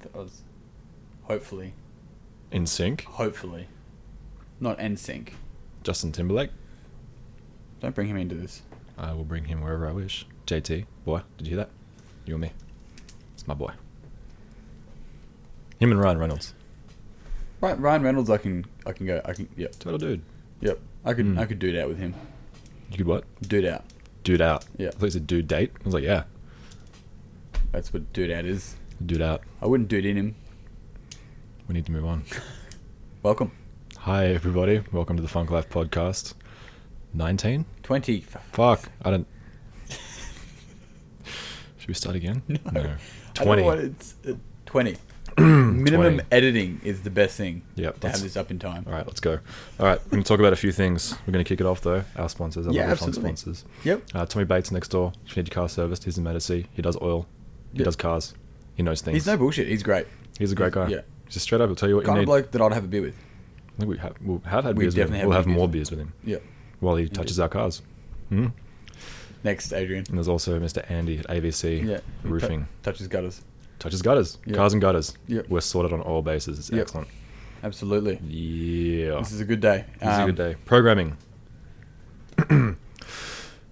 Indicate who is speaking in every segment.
Speaker 1: That was hopefully,
Speaker 2: In sync,
Speaker 1: hopefully, not NSYNC.
Speaker 2: Justin Timberlake.
Speaker 1: Don't bring him into this.
Speaker 2: I will bring him wherever I wish. JT, boy, did you hear that? You and me. It's my boy. Him and Ryan Reynolds.
Speaker 1: Right, Ryan Reynolds. I can, I can go. I can. Yep,
Speaker 2: Total dude.
Speaker 1: yep. I could,
Speaker 2: Mm.
Speaker 1: I could do that with him.
Speaker 2: You could what?
Speaker 1: Dude out.
Speaker 2: Dude out.
Speaker 1: Yeah.
Speaker 2: I thought you said dude date. I was like, yeah,
Speaker 1: That's what dude out is.
Speaker 2: dude out.
Speaker 1: I wouldn't dude in him.
Speaker 2: We need to move on.
Speaker 1: Welcome.
Speaker 2: Hi, everybody. Welcome to the Funk Life podcast. 19?
Speaker 1: Twenty.
Speaker 2: Fuck. I don't. Should we start again?
Speaker 1: No. I don't
Speaker 2: 20.
Speaker 1: know what it's uh, twenty. Minimum
Speaker 2: 20.
Speaker 1: editing is the best thing. To
Speaker 2: Yep,
Speaker 1: have
Speaker 2: that's-
Speaker 1: this up in time.
Speaker 2: All right, let's go. All right, we're going to talk about a few things. We're going to kick it off, though. Our sponsors, our
Speaker 1: Yeah,
Speaker 2: local funk
Speaker 1: absolutely.
Speaker 2: sponsors.
Speaker 1: Yep.
Speaker 2: Uh, Tommy Bates next door. If you need your car serviced, he's in Medici. He does oil. He
Speaker 1: Yeah.
Speaker 2: does cars. He knows things.
Speaker 1: He's
Speaker 2: He's,
Speaker 1: no bullshit. He's great.
Speaker 2: a great guy.
Speaker 1: yeah.
Speaker 2: He's just straight up. He'll tell you what
Speaker 1: Kind
Speaker 2: you
Speaker 1: of
Speaker 2: need.
Speaker 1: bloke that I'd have a beer with.
Speaker 2: I think we have, we'll have had
Speaker 1: We
Speaker 2: beers with him.
Speaker 1: definitely have
Speaker 2: we'll
Speaker 1: had
Speaker 2: have
Speaker 1: beers
Speaker 2: more
Speaker 1: with
Speaker 2: beers with him
Speaker 1: Yep.
Speaker 2: while he touches our cars. hmm
Speaker 1: Next, Adrian.
Speaker 2: And there's also Mr. Andy at AVC
Speaker 1: Yeah.
Speaker 2: Roofing.
Speaker 1: Tou- touches gutters.
Speaker 2: touches gutters.
Speaker 1: Yeah.
Speaker 2: Cars and gutters.
Speaker 1: Yep.
Speaker 2: We're sorted on all bases. It's
Speaker 1: Yep.
Speaker 2: excellent.
Speaker 1: Absolutely.
Speaker 2: Yeah.
Speaker 1: This is a good day.
Speaker 2: Oh. This is a
Speaker 1: Um,
Speaker 2: good day. Programming.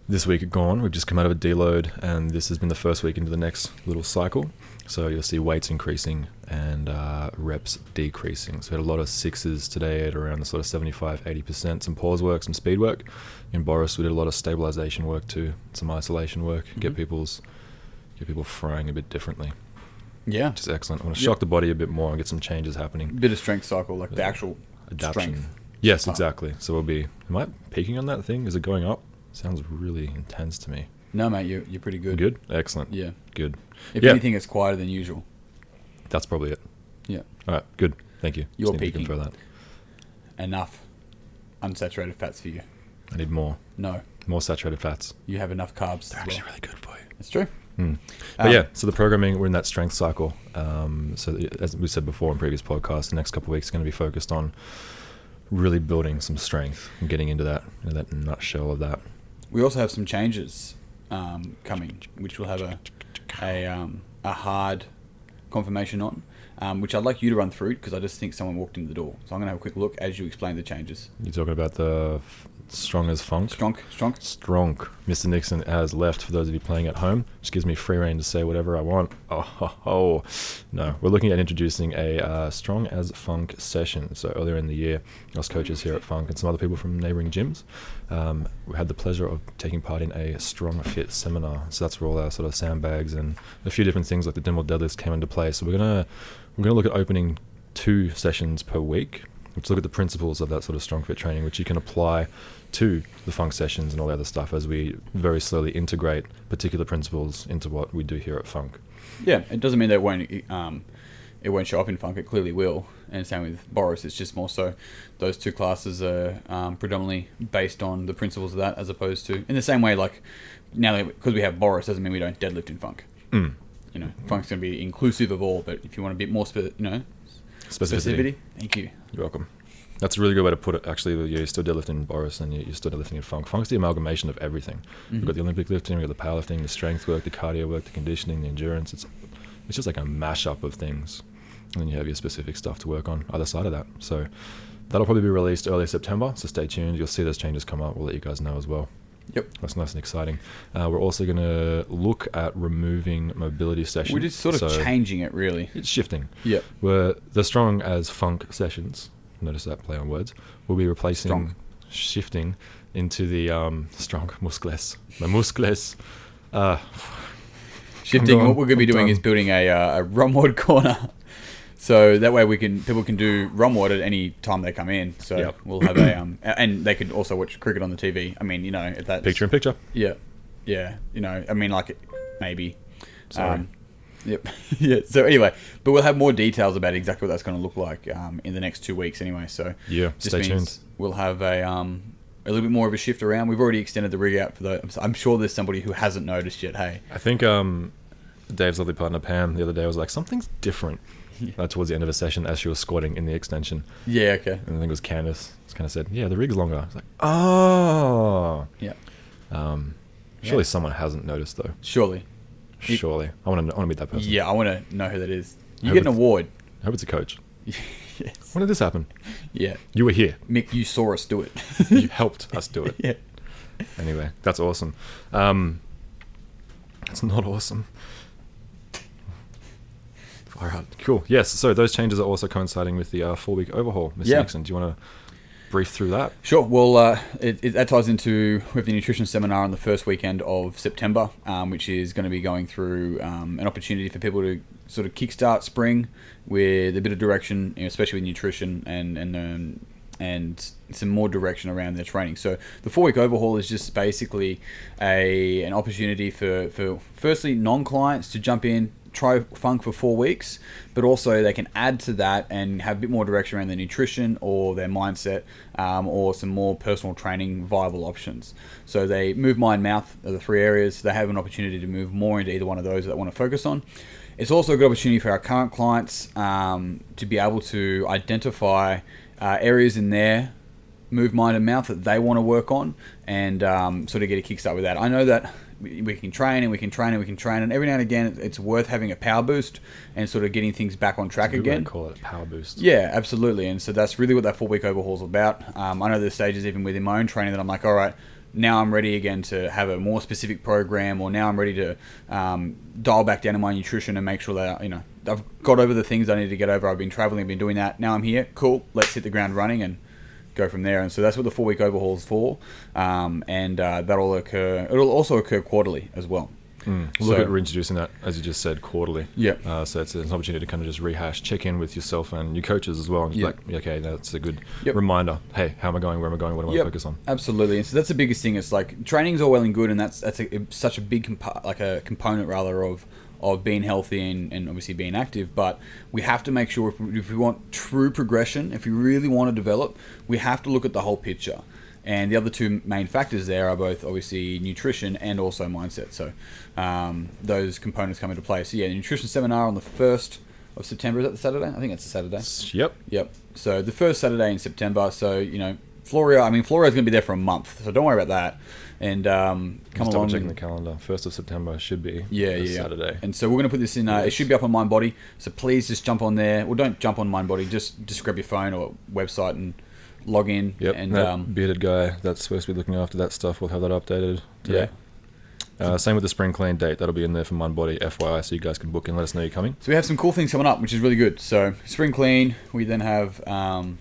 Speaker 2: this week at Gone, we've just come out of a deload, and this has been the first week into the next little cycle. So you'll see weights increasing and uh, reps decreasing. So we had a lot of sixes today at around the sort of 75, 80%, some pause work, some speed work. In Boris, we did a lot of stabilization work too, some isolation work, get
Speaker 1: Mhm.
Speaker 2: people's get people frying a bit differently.
Speaker 1: Yeah.
Speaker 2: Just excellent. I want to
Speaker 1: Yep.
Speaker 2: shock the body a bit more and get some changes happening.
Speaker 1: Bit of strength cycle, like the actual
Speaker 2: adaption.
Speaker 1: strength.
Speaker 2: Yes,
Speaker 1: Oh.
Speaker 2: exactly. So we'll be. Am I peaking on that thing? Is it going up? Sounds really intense to me.
Speaker 1: No, mate, you're, you're pretty good.
Speaker 2: Good. Excellent.
Speaker 1: Yeah.
Speaker 2: Good.
Speaker 1: If
Speaker 2: Yeah.
Speaker 1: anything, it's quieter than usual.
Speaker 2: That's probably it.
Speaker 1: Yeah.
Speaker 2: All right. Good. Thank you.
Speaker 1: You're
Speaker 2: need to
Speaker 1: peaking.
Speaker 2: confirm that.
Speaker 1: Enough unsaturated fats for you.
Speaker 2: I need more.
Speaker 1: No,
Speaker 2: More saturated fats.
Speaker 1: you have enough carbs. as well.
Speaker 2: really good for you.
Speaker 1: It's true.
Speaker 2: Hmm. But
Speaker 1: Um,
Speaker 2: yeah, so the programming, we're in that strength cycle. Um, so i- as we said before in previous podcasts, the next couple of weeks are going to be focused on really building some strength and getting into that, into that nutshell of that.
Speaker 1: We also have some changes um, coming, which we'll have a a, um, a hard confirmation on, um, which I'd like you to run through because I just think someone walked in the door. So I'm going to have a quick look as you explain the changes.
Speaker 2: You're talking about the f- strong as funk?
Speaker 1: Strong, strong.
Speaker 2: Stronk. Mr. Nixon has left for those of you playing at home, which gives me free reign to say whatever I want. Oh, ho, ho. no. We're looking at introducing a uh, Strong as Funk session. So earlier in the year, us coaches here at Funk and some other people from neighboring gyms, um, we had the pleasure of taking part in a Strong Fit seminar. So that's where all our sort of sandbags and a few different things like the dimple deadlifts came into play. So we're gonna we're gonna look at opening two sessions per week. Let's look at the principles of that sort of strong fit training, which you can apply to the funk sessions and all the other stuff as we very slowly integrate particular principles into what we do here at Funk.
Speaker 1: Yeah, it doesn't mean that it won't um, it won't show up in funk. It clearly will. And same with Boris. It's just more so those two classes are um, predominantly based on the principles of that, as opposed to in the same way like now because we have Boris doesn't mean we don't deadlift in funk.
Speaker 2: Mm.
Speaker 1: You know, funk's going to be inclusive of all. But if you want a bit more, spe- you know,
Speaker 2: Specificity.
Speaker 1: Thank you.
Speaker 2: You're welcome. That's a really good way to put it. Actually, that you're still deadlifting in Boris and you- you're still deadlifting in Funk. Funk's the amalgamation of everything. We've
Speaker 1: Mm.
Speaker 2: got the Olympic lifting, we've got the powerlifting, the strength work, the cardio work, the conditioning, the endurance. It's it's just like a mashup of things. And then you have your specific stuff to work on either side of that. So that'll probably be released early September. So stay tuned. You'll see those changes come up. We'll let you guys know as well.
Speaker 1: Yep.
Speaker 2: That's nice and exciting. Uh, we're also going to look at removing mobility sessions.
Speaker 1: Mm-hmm. We're just sort of
Speaker 2: So
Speaker 1: changing it, really.
Speaker 2: It's shifting
Speaker 1: Yep.
Speaker 2: were the strong as funk sessions. Notice that play on words. Will be replacing
Speaker 1: Strong.
Speaker 2: shifting into the um, strong muscles. The muscles. Uh,
Speaker 1: Shifting.
Speaker 2: done.
Speaker 1: What we're going to be
Speaker 2: I'm
Speaker 1: doing
Speaker 2: done.
Speaker 1: is building a, uh, a Romward corner, so that way we can people can do Romward at any time they come in. So
Speaker 2: Yep.
Speaker 1: we'll have a um, a- and they could also watch cricket on the TV. I mean, you know, if that's
Speaker 2: picture in picture.
Speaker 1: Yeah, yeah. You know, I mean, like maybe. Um,
Speaker 2: Sorry.
Speaker 1: yep. yeah. So anyway, but we'll have more details about exactly what that's going to look like um, in the next two weeks. Anyway, so
Speaker 2: Yeah,
Speaker 1: just
Speaker 2: stay
Speaker 1: means
Speaker 2: tuned.
Speaker 1: We'll have a um, a little bit more of a shift around. We've already extended the rig out for the. I'm s- I'm sure there's somebody who hasn't noticed yet. Hey,
Speaker 2: I think um, Dave's lovely partner Pam the other day was like, something's different. Uh, towards the end of a session, as she was squatting in the extension,
Speaker 1: yeah, okay,
Speaker 2: and I think it was Candace, kind of said, "Yeah, the rig's longer." I was like, "Oh."
Speaker 1: yeah,
Speaker 2: Um,
Speaker 1: Yeah.
Speaker 2: surely someone hasn't noticed though.
Speaker 1: surely,
Speaker 2: Surely, I want to. I want to meet that person.
Speaker 1: yeah. I want to know who that is. You get an award.
Speaker 2: I hope it's a coach.
Speaker 1: yes.
Speaker 2: When did this happen?
Speaker 1: Yeah.
Speaker 2: You were here.
Speaker 1: Mick, you saw us do it.
Speaker 2: You helped us do it.
Speaker 1: yeah.
Speaker 2: Anyway, that's awesome. Um, that's not awesome. All right, cool. Yes, so those changes are also coinciding with the uh, four-week overhaul, Mr.
Speaker 1: Yeah.
Speaker 2: Nixon. Do you want to brief through that?
Speaker 1: Sure. Well, uh, it, it, that ties into with the nutrition seminar on the first weekend of September, um, which is going to be going through um, an opportunity for people to sort of kickstart spring with a bit of direction, you know, especially with nutrition and and um, and some more direction around their training. So the four week overhaul is just basically a an opportunity for for firstly non clients to jump in, try funk for four weeks, but also they can add to that and have a bit more direction around their nutrition or their mindset um, or some more personal training viable options. So they move mind, mouth are the three areas. They have an opportunity to move more into either one of those that they want to focus on. It's also a good opportunity for our current clients um, to be able to identify uh, areas in their move mind and mouth that they want to work on and um, sort of get a kickstart with that. I know that we we can train and we can train and we can train, and every now and again it's worth having a power boost and sort of getting things back on track
Speaker 2: We wouldn't
Speaker 1: again.
Speaker 2: call it power boost.
Speaker 1: Yeah, absolutely. And so that's really what that four week overhaul is about. Um, I know there's stages even within my own training that I'm like, all right, now I'm ready again to have a more specific program, or now I'm ready to um, dial back down in my nutrition and make sure that you know I've got over the things I need to get over. I've been traveling, I've been doing that. Now I'm here. Cool. Let's hit the ground running and go from there. And so that's what the four week overhaul is for. Um, and uh, that'll occur. It'll also occur quarterly as well.
Speaker 2: Mm. Look
Speaker 1: So-
Speaker 2: at reintroducing that, as you just said, quarterly.
Speaker 1: Yeah.
Speaker 2: Uh, so it's an opportunity to kind of just rehash, check in with yourself and your coaches as well. And
Speaker 1: Yeah.
Speaker 2: like, okay, that's a good
Speaker 1: Yep.
Speaker 2: reminder. Hey, how am I going? Where am I going? What do I
Speaker 1: Yep,
Speaker 2: want to focus on?
Speaker 1: Absolutely, and so that's the biggest thing. It's like training's all well and good, and that's that's a, such a big compa- like a component rather of of being healthy and, and obviously being active. But we have to make sure if we, if we want true progression, if we really want to develop, we have to look at the whole picture. And the other two main factors there are both obviously nutrition and also mindset. So um, those components come into play. So yeah, the nutrition seminar on the first of September is that the Saturday? I think that's a Saturday.
Speaker 2: Yep.
Speaker 1: Yep. So the first Saturday in September. So you know, Florio. I mean, Florio's going to be there for a month. So don't worry about that. And um, come
Speaker 2: just
Speaker 1: along.
Speaker 2: double checking
Speaker 1: and-
Speaker 2: the calendar. First of September should be
Speaker 1: yeah,
Speaker 2: this
Speaker 1: yeah, yeah.
Speaker 2: Saturday.
Speaker 1: And so we're going to put this in. Uh, It
Speaker 2: Yes.
Speaker 1: should be up on Mind Body. So please just jump on there. Well, don't jump on Mind Body. Just just grab your phone or website and log in.
Speaker 2: Yep.
Speaker 1: And
Speaker 2: that
Speaker 1: um,
Speaker 2: bearded guy that's supposed to be looking after that stuff. We'll have that updated
Speaker 1: yeah.
Speaker 2: today. Uh, same with the spring clean date. That'll be in there for Mind Body FYI, so you guys can book and let us know you're coming.
Speaker 1: So we have some cool things coming up, which is really good. So spring clean. We then have. Um,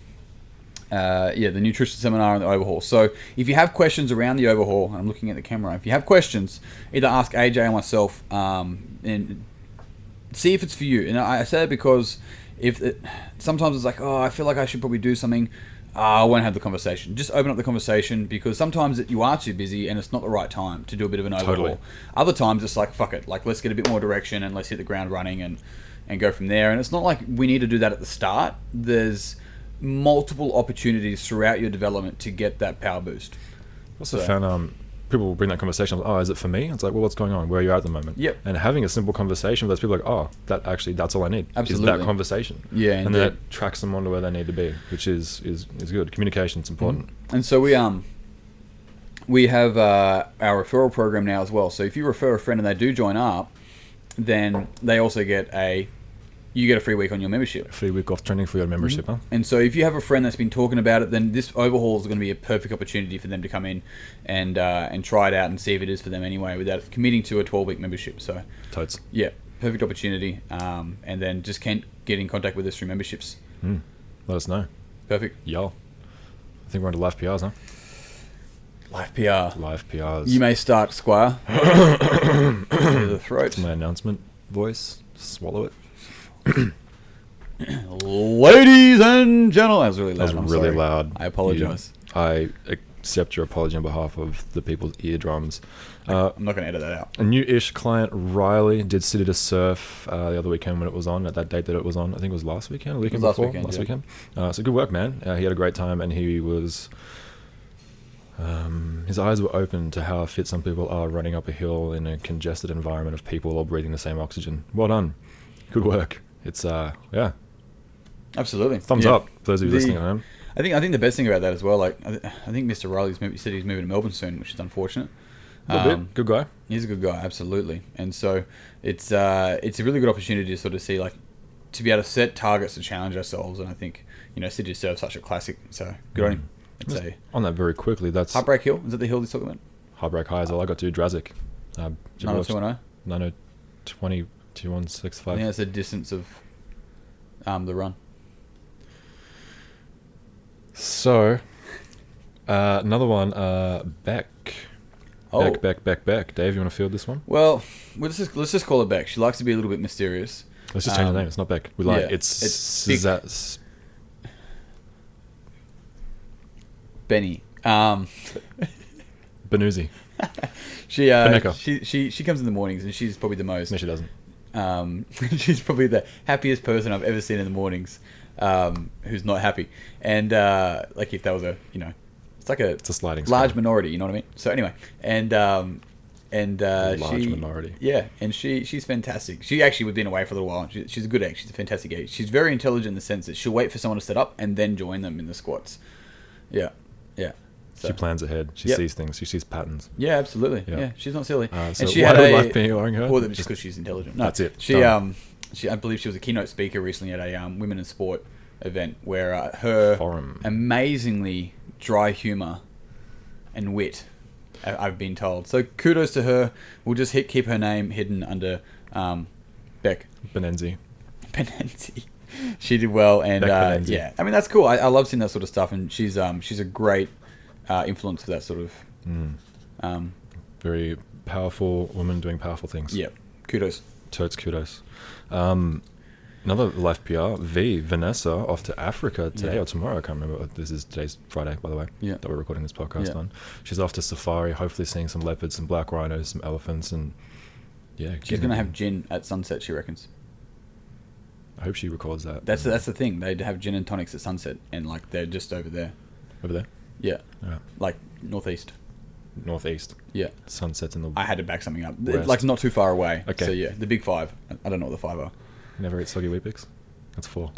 Speaker 1: uh, yeah, the nutrition seminar and the overhaul. So if you have questions around the overhaul, and I'm looking at the camera. If you have questions, either ask AJ or myself, um, and see if it's for you. And I I say that because if it, sometimes it's like, oh, I feel like I should probably do something. Ah, I won't have the conversation. Just open up the conversation because sometimes it, you are too busy and it's not the right time to do a bit of an overhaul.
Speaker 2: Totally.
Speaker 1: Other times it's like, fuck it, like let's get a bit more direction and let's hit the ground running and and go from there. And it's not like we need to do that at the start. There's multiple opportunities throughout your development to get that power boost.
Speaker 2: Also
Speaker 1: So-
Speaker 2: found um, people will bring that conversation. Like, oh, is it for me? It's like, well, what's going on? Where are you at at the moment?
Speaker 1: Yep.
Speaker 2: And having a simple conversation with those people, like, oh, that actually, that's all I need. Is
Speaker 1: Absolutely.
Speaker 2: that conversation?
Speaker 1: Yeah,
Speaker 2: And
Speaker 1: indeed.
Speaker 2: then that tracks them on to where they need to be, which is is is good. Communication's important.
Speaker 1: And so we um we have uh, our referral program now as well. So if you refer a friend and they do join up, then they also get a you get a free week on your membership.
Speaker 2: Free week off training for your membership, huh?
Speaker 1: And so if you have a friend that's been talking about it, then this overhaul is going to be a perfect opportunity for them to come in and uh, and try it out and see if it is for them anyway, without committing to a twelve week membership. So
Speaker 2: Totes.
Speaker 1: yeah, perfect opportunity. Um, and then just can get in contact with us through memberships.
Speaker 2: Let us know.
Speaker 1: Perfect.
Speaker 2: Yo. I think we're on to live PRs, huh?
Speaker 1: Life PR.
Speaker 2: Live PRs.
Speaker 1: You may start, Squire. Clear the throat.
Speaker 2: My announcement voice. Swallow it.
Speaker 1: Ladies and gentlemen, that was really loud.
Speaker 2: That was
Speaker 1: I'm
Speaker 2: really
Speaker 1: sorry.
Speaker 2: loud.
Speaker 1: I apologize.
Speaker 2: You- I accept your apology on behalf of the people's eardrums. Uh,
Speaker 1: I'm not going to edit that out.
Speaker 2: a new-ish client, Riley, did City to Surf uh, the other weekend when it was on. At that date that it was on, I think it was last weekend, or the weekend
Speaker 1: was last
Speaker 2: before,
Speaker 1: weekend,
Speaker 2: last
Speaker 1: yeah.
Speaker 2: weekend. Uh, so good work, man. Uh, he had a great time, and he was. Um, his eyes were open to how fit some people are running up a hill in a congested environment of people all breathing the same oxygen. Well done, good work. It's uh, yeah,
Speaker 1: Absolutely.
Speaker 2: thumbs
Speaker 1: Yeah.
Speaker 2: up for those of you
Speaker 1: The-
Speaker 2: listening at home.
Speaker 1: I think I think the best thing about that as well, like I, th- I think Mr. Riley's moved, he said he's moving to Melbourne soon, which is unfortunate.
Speaker 2: Little bit.
Speaker 1: Um,
Speaker 2: Good guy.
Speaker 1: He's a good guy, absolutely. And so it's uh, it's a really good opportunity to sort of see like to be able to set targets to challenge ourselves. And I think you know City of Serve such a classic. So good on him. I'd
Speaker 2: Just
Speaker 1: say
Speaker 2: on that very quickly, Mm. that's
Speaker 1: Heartbreak Hill is that the hill he's talking about?
Speaker 2: Heartbreak High is all I got to do. Drazik. Um,
Speaker 1: Nine hundred two one zero.
Speaker 2: 9020,
Speaker 1: I
Speaker 2: 2165.
Speaker 1: think that's the distance of um, the run.
Speaker 2: So, uh, another one, uh, Beck.
Speaker 1: Oh,
Speaker 2: Beck, Beck, Beck, Beck. Dave, you want to field this one?
Speaker 1: well, let's just let's just call it back. She likes to be a little bit mysterious.
Speaker 2: Let's just change
Speaker 1: Um,
Speaker 2: the name. It's not Beck. We like
Speaker 1: yeah,
Speaker 2: it's,
Speaker 1: it's
Speaker 2: it's
Speaker 1: Beck. Benny. Um,
Speaker 2: Benuzzi.
Speaker 1: she uh,
Speaker 2: Beneka.
Speaker 1: she she she comes in the mornings and she's probably the most
Speaker 2: No, she doesn't.
Speaker 1: Um, she's probably the happiest person I've ever seen in the mornings. Um, who's not happy, and uh, like if that was a you know, it's like a
Speaker 2: It's a sliding scale.
Speaker 1: large minority. You know what I mean? So anyway, and um, and uh,
Speaker 2: Large
Speaker 1: she-
Speaker 2: minority.
Speaker 1: Yeah, and she she's fantastic. She actually we've been away for a little while. and She, she's a good egg. She's a fantastic egg. She's very intelligent in the sense that she'll wait for someone to set up and then join them in the squats. Yeah, yeah. So-
Speaker 2: She plans ahead. She
Speaker 1: Yep.
Speaker 2: sees things. She sees patterns.
Speaker 1: yeah, absolutely. Yeah,
Speaker 2: Yeah.
Speaker 1: she's not silly.
Speaker 2: Uh, so
Speaker 1: and she
Speaker 2: why
Speaker 1: had
Speaker 2: do
Speaker 1: a,
Speaker 2: we like being ignoring her?
Speaker 1: Well, just
Speaker 2: Just-
Speaker 1: because she's intelligent. No,
Speaker 2: That's it.
Speaker 1: She
Speaker 2: Done.
Speaker 1: um, she I believe she was a keynote speaker recently at a um, women in sport event where uh, her
Speaker 2: Forum.
Speaker 1: amazingly dry humor and wit, I- I've been told. So kudos to her. We'll just hit, keep her name hidden under um, Beck
Speaker 2: Benenzi.
Speaker 1: Benenzi. She did well, and
Speaker 2: Beck
Speaker 1: uh,
Speaker 2: Benenzi.
Speaker 1: yeah, I mean that's cool. I, I love seeing that sort of stuff, and she's um, she's a great uh, influence for that sort of. Um,
Speaker 2: Mm. Very powerful woman doing powerful things.
Speaker 1: yeah, kudos.
Speaker 2: Totes kudos. Um, another life PR, V, Vanessa, off to Africa today
Speaker 1: Yeah.
Speaker 2: or tomorrow. I can't remember. This is today's Friday, by the way,
Speaker 1: Yeah.
Speaker 2: that we're recording this podcast
Speaker 1: Yeah.
Speaker 2: on. She's off to safari, hopefully seeing some leopards, some black rhinos, some elephants, and yeah.
Speaker 1: She's
Speaker 2: getting-
Speaker 1: gonna have gin at sunset. She reckons.
Speaker 2: I hope she records that.
Speaker 1: That's that's the thing. They'd have gin and tonics at sunset, and like they're just over there.
Speaker 2: over there.
Speaker 1: Yeah,
Speaker 2: Yeah.
Speaker 1: like northeast.
Speaker 2: Northeast.
Speaker 1: Yeah,
Speaker 2: Sunsets in the.
Speaker 1: I had to back something up.
Speaker 2: West.
Speaker 1: Like not too far away.
Speaker 2: Okay.
Speaker 1: So yeah, the big five. I don't know what the five are.
Speaker 2: Never ate soggy wheat bix. That's four.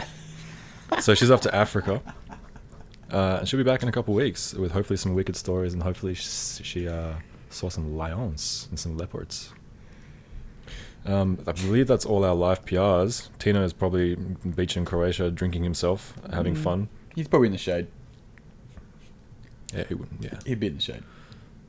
Speaker 2: so she's off to Africa. Uh, and she'll be back in a couple weeks with hopefully some wicked stories and hopefully she, she uh, saw some lions and some leopards. Um, I believe that's all our live PRs. Tino is probably beach in Croatia drinking himself, having
Speaker 1: Mm.
Speaker 2: fun.
Speaker 1: He's probably in the shade.
Speaker 2: Yeah, he would, yeah.
Speaker 1: He'd be in the shade.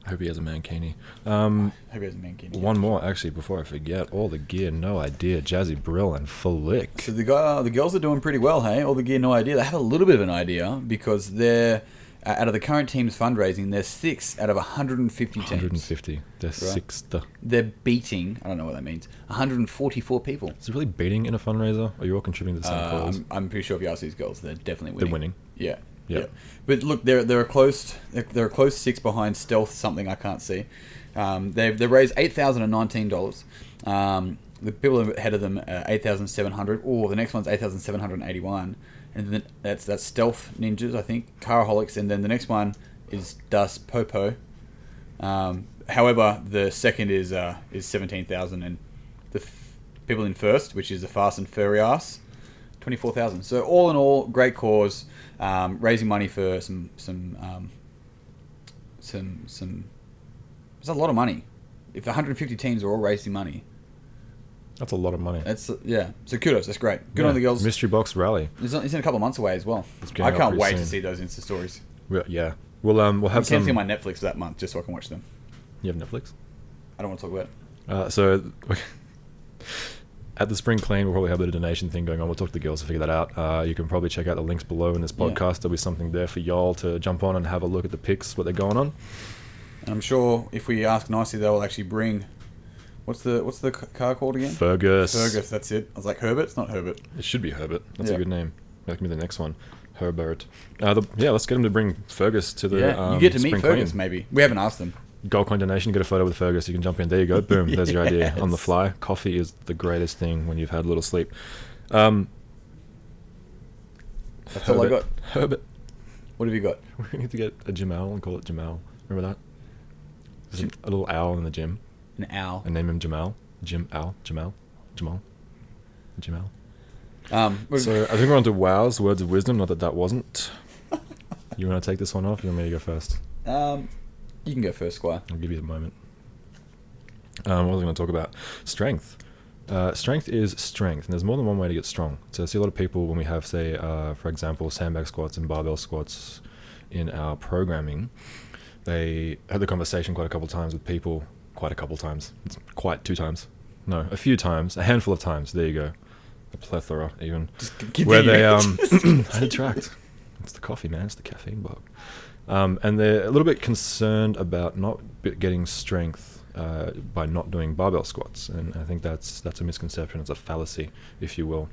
Speaker 2: I hope he has a mankini. Um,
Speaker 1: Hope he has a mankini.
Speaker 2: one more, actually, before I forget. All the gear, no idea. Jazzy Brill and Flick.
Speaker 1: So the guy, the girls are doing pretty well, hey. All the gear, no idea. They have a little bit of an idea because they're uh, out of the current team's fundraising. They're six out of 150 teams.
Speaker 2: 150. They're sixth.
Speaker 1: They're beating. I don't know what that means. 144 people.
Speaker 2: Is it really beating in a fundraiser? Are you all contributing to the same
Speaker 1: Uh,
Speaker 2: cause?
Speaker 1: I'm, I'm pretty sure if you ask these girls, they're definitely
Speaker 2: They're
Speaker 1: winning.
Speaker 2: winning.
Speaker 1: Yeah.
Speaker 2: Yeah.
Speaker 1: But look, they're they're a close they're, they're a close six behind Stealth something I can't see. Um, they've they raised eight thousand and nineteen dollars. Um, the people ahead of them are eight thousand seven hundred. Oh, the next one's eight thousand seven hundred eighty one, and then that's that's Stealth Ninjas I think Caraholics, and then the next one is Das Popo. Um, however, the second is uh, is seventeen thousand, and the f- people in first, which is the Fast and Furry Ass, twenty four thousand. So all in all, great cause, um, raising money for some some um, some some. It's a lot of money. If one hundred and fifty teams are all raising money,
Speaker 2: That's a lot of money.
Speaker 1: that's yeah. So kudos, that's great. Uh, Good
Speaker 2: Yeah.
Speaker 1: on the girls.
Speaker 2: Mystery box rally.
Speaker 1: It's, not- it's in a couple of months away as well.
Speaker 2: It's
Speaker 1: I
Speaker 2: going out
Speaker 1: can't
Speaker 2: pretty
Speaker 1: wait to
Speaker 2: soon.
Speaker 1: see those Insta stories.
Speaker 2: We'll, yeah. We'll um we'll
Speaker 1: I'm
Speaker 2: have some.
Speaker 1: canceling my Netflix for that month just so I can watch them.
Speaker 2: You have Netflix.
Speaker 1: I don't want to talk about it.
Speaker 2: Uh, so at the spring clean, we'll probably have a donation thing going on. We'll talk to the girls to figure that out. Uh, you can probably check out the links below in this
Speaker 1: Yeah.
Speaker 2: podcast. There'll be something there for y'all to jump on and have a look at the pics, what they're going on.
Speaker 1: And I'm sure if we ask nicely, they will actually bring. What's the what's the c- car called again?
Speaker 2: Fergus.
Speaker 1: Fergus. That's it. I was like Herbert. It's not Herbert.
Speaker 2: It should be Herbert. That's
Speaker 1: Yeah.
Speaker 2: a good name. That can be the next one. Herbert. Uh, the, yeah, let's get him to bring Fergus to the.
Speaker 1: yeah,
Speaker 2: um,
Speaker 1: you get to meet
Speaker 2: spring
Speaker 1: Fergus.
Speaker 2: clean.
Speaker 1: Maybe we haven't asked them.
Speaker 2: Gold coin donation, get a photo with Fergus. You can jump in. There you go. Boom. There's your idea on the
Speaker 1: Yes.
Speaker 2: fly. Coffee is the greatest thing when you've had a little sleep. Um,
Speaker 1: That's all I got.
Speaker 2: Herbert.
Speaker 1: What have you got?
Speaker 2: We need to get a gym owl and call it Jamal. Remember that? There's an- a little owl in the gym
Speaker 1: An owl.
Speaker 2: and name him Jamal. Jim Owl. Jamal. Jamal. Jamal.
Speaker 1: Um, we're-
Speaker 2: So I think we're on to Wow's Words of Wisdom. Not that that wasn't. You want to take this one off? You want me to go first?
Speaker 1: um, you can go first, Squire.
Speaker 2: I'll give you the moment. Um, what was I going to talk about? Strength. Uh, strength is strength, and there's more than one way to get strong. So I see a lot of people when we have, say, uh, for example, sandbag squats and barbell squats in our programming, they had the conversation quite a couple times with people, quite a couple times, it's quite two times, no, a few times, a handful of times. There you go, a plethora even.
Speaker 1: Just continue.
Speaker 2: Where they um, I detract. It's the coffee, man. It's the caffeine bug. Um, and they're a little bit concerned about not b- getting strength uh, by not doing barbell squats, and I think that's that's a misconception. It's a fallacy, if you will,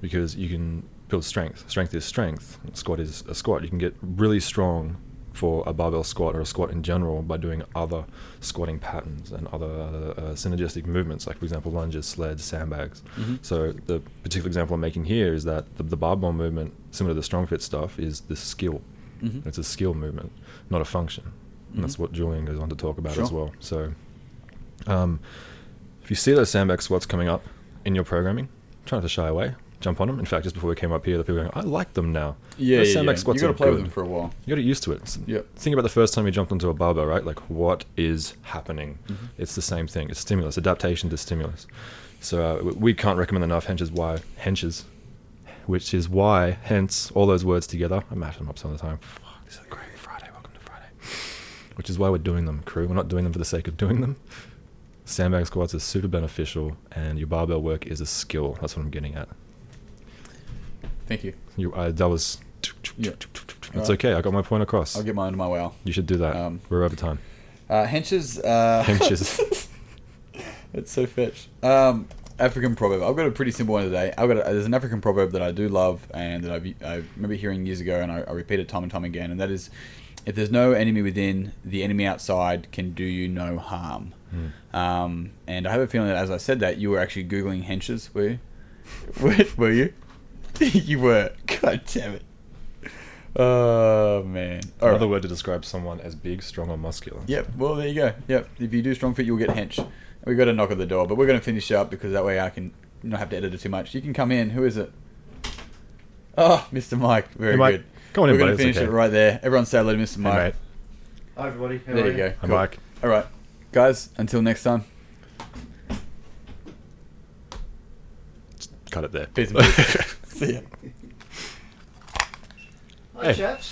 Speaker 2: because you can build strength. Strength is strength. A squat is a squat. You can get really strong for a barbell squat or a squat in general by doing other squatting patterns and other uh, uh, synergistic movements, like for example lunges, sleds, sandbags.
Speaker 1: Mhm.
Speaker 2: So the particular example I'm making here is that the, the barbell movement, similar to the strong fit stuff, is the skill.
Speaker 1: Mhm.
Speaker 2: It's a skill movement, not a function. And that's
Speaker 1: Mhm.
Speaker 2: what Julian goes on to talk about as
Speaker 1: Sure.
Speaker 2: well. So um, if you see those sandbag squats coming up in your programming, try not to shy away. Jump on them. In fact, just before we came up here, the people were going, I like them now.
Speaker 1: Yeah,
Speaker 2: Those
Speaker 1: yeah, yeah.
Speaker 2: sandbag
Speaker 1: You got
Speaker 2: squats
Speaker 1: to
Speaker 2: are
Speaker 1: play with
Speaker 2: good.
Speaker 1: them for a while.
Speaker 2: You got to get used to it. It's-
Speaker 1: Yep.
Speaker 2: Think about the first time you jumped onto a barbell, right? Like, what is happening?
Speaker 1: Mm-hmm.
Speaker 2: It's the same thing. It's stimulus, adaptation to stimulus. So uh, w- we can't recommend enough henches why henches, which is why hence all those words together. I mash them up some of the time. Fuck, this is a great Friday. Welcome to Friday. Which is why we're doing them, crew. We're not doing them for the sake of doing them. Sandbag squats are super beneficial, and your barbell work is a skill. That's what I'm getting at.
Speaker 1: Thank you.
Speaker 2: You, I, that was.
Speaker 1: Yeah.
Speaker 2: It's
Speaker 1: Uh,
Speaker 2: okay. I got my point across.
Speaker 1: I'll get mine to my wow.
Speaker 2: You should do that.
Speaker 1: Um,
Speaker 2: We're over time.
Speaker 1: Uh, henches. Uh,
Speaker 2: Henches.
Speaker 1: it's so fetch. Um, African proverb. I've got a pretty simple one today. I've got a, there's an African proverb that I do love and that I've, I remember hearing years ago, and I, I repeat it time and time again. And that is, if there's no enemy within, the enemy outside can do you no harm.
Speaker 2: Hmm.
Speaker 1: Um, and I have a feeling that as I said that, you were actually googling henches. Were you? were, were you? you were. God damn it. Oh man. All right.
Speaker 2: Another word to describe someone as big, strong, or muscular.
Speaker 1: Yep. Well, there you go. Yep. If you do strong fit, you'll get hench. We got a knock at the door, but we're going to finish up because that way I can not have to edit it too much. You can come in. Who is it? Oh, Mr. Mike. Very
Speaker 2: Hey, Mike.
Speaker 1: good.
Speaker 2: Come on
Speaker 1: we're
Speaker 2: in,
Speaker 1: going
Speaker 2: buddy.
Speaker 1: to
Speaker 2: It's
Speaker 1: finish
Speaker 2: okay.
Speaker 1: it right there. Everyone say hello to Mr.
Speaker 2: Hey, mate.
Speaker 1: Mike.
Speaker 3: Hi everybody. How
Speaker 1: There
Speaker 3: are
Speaker 1: you go.
Speaker 2: Hi,
Speaker 1: Cool.
Speaker 2: Mike.
Speaker 1: All right, guys. Until next time.
Speaker 2: Cut it there.
Speaker 1: Peace and peace. See ya.
Speaker 3: Hi
Speaker 2: Hey.
Speaker 3: chaps.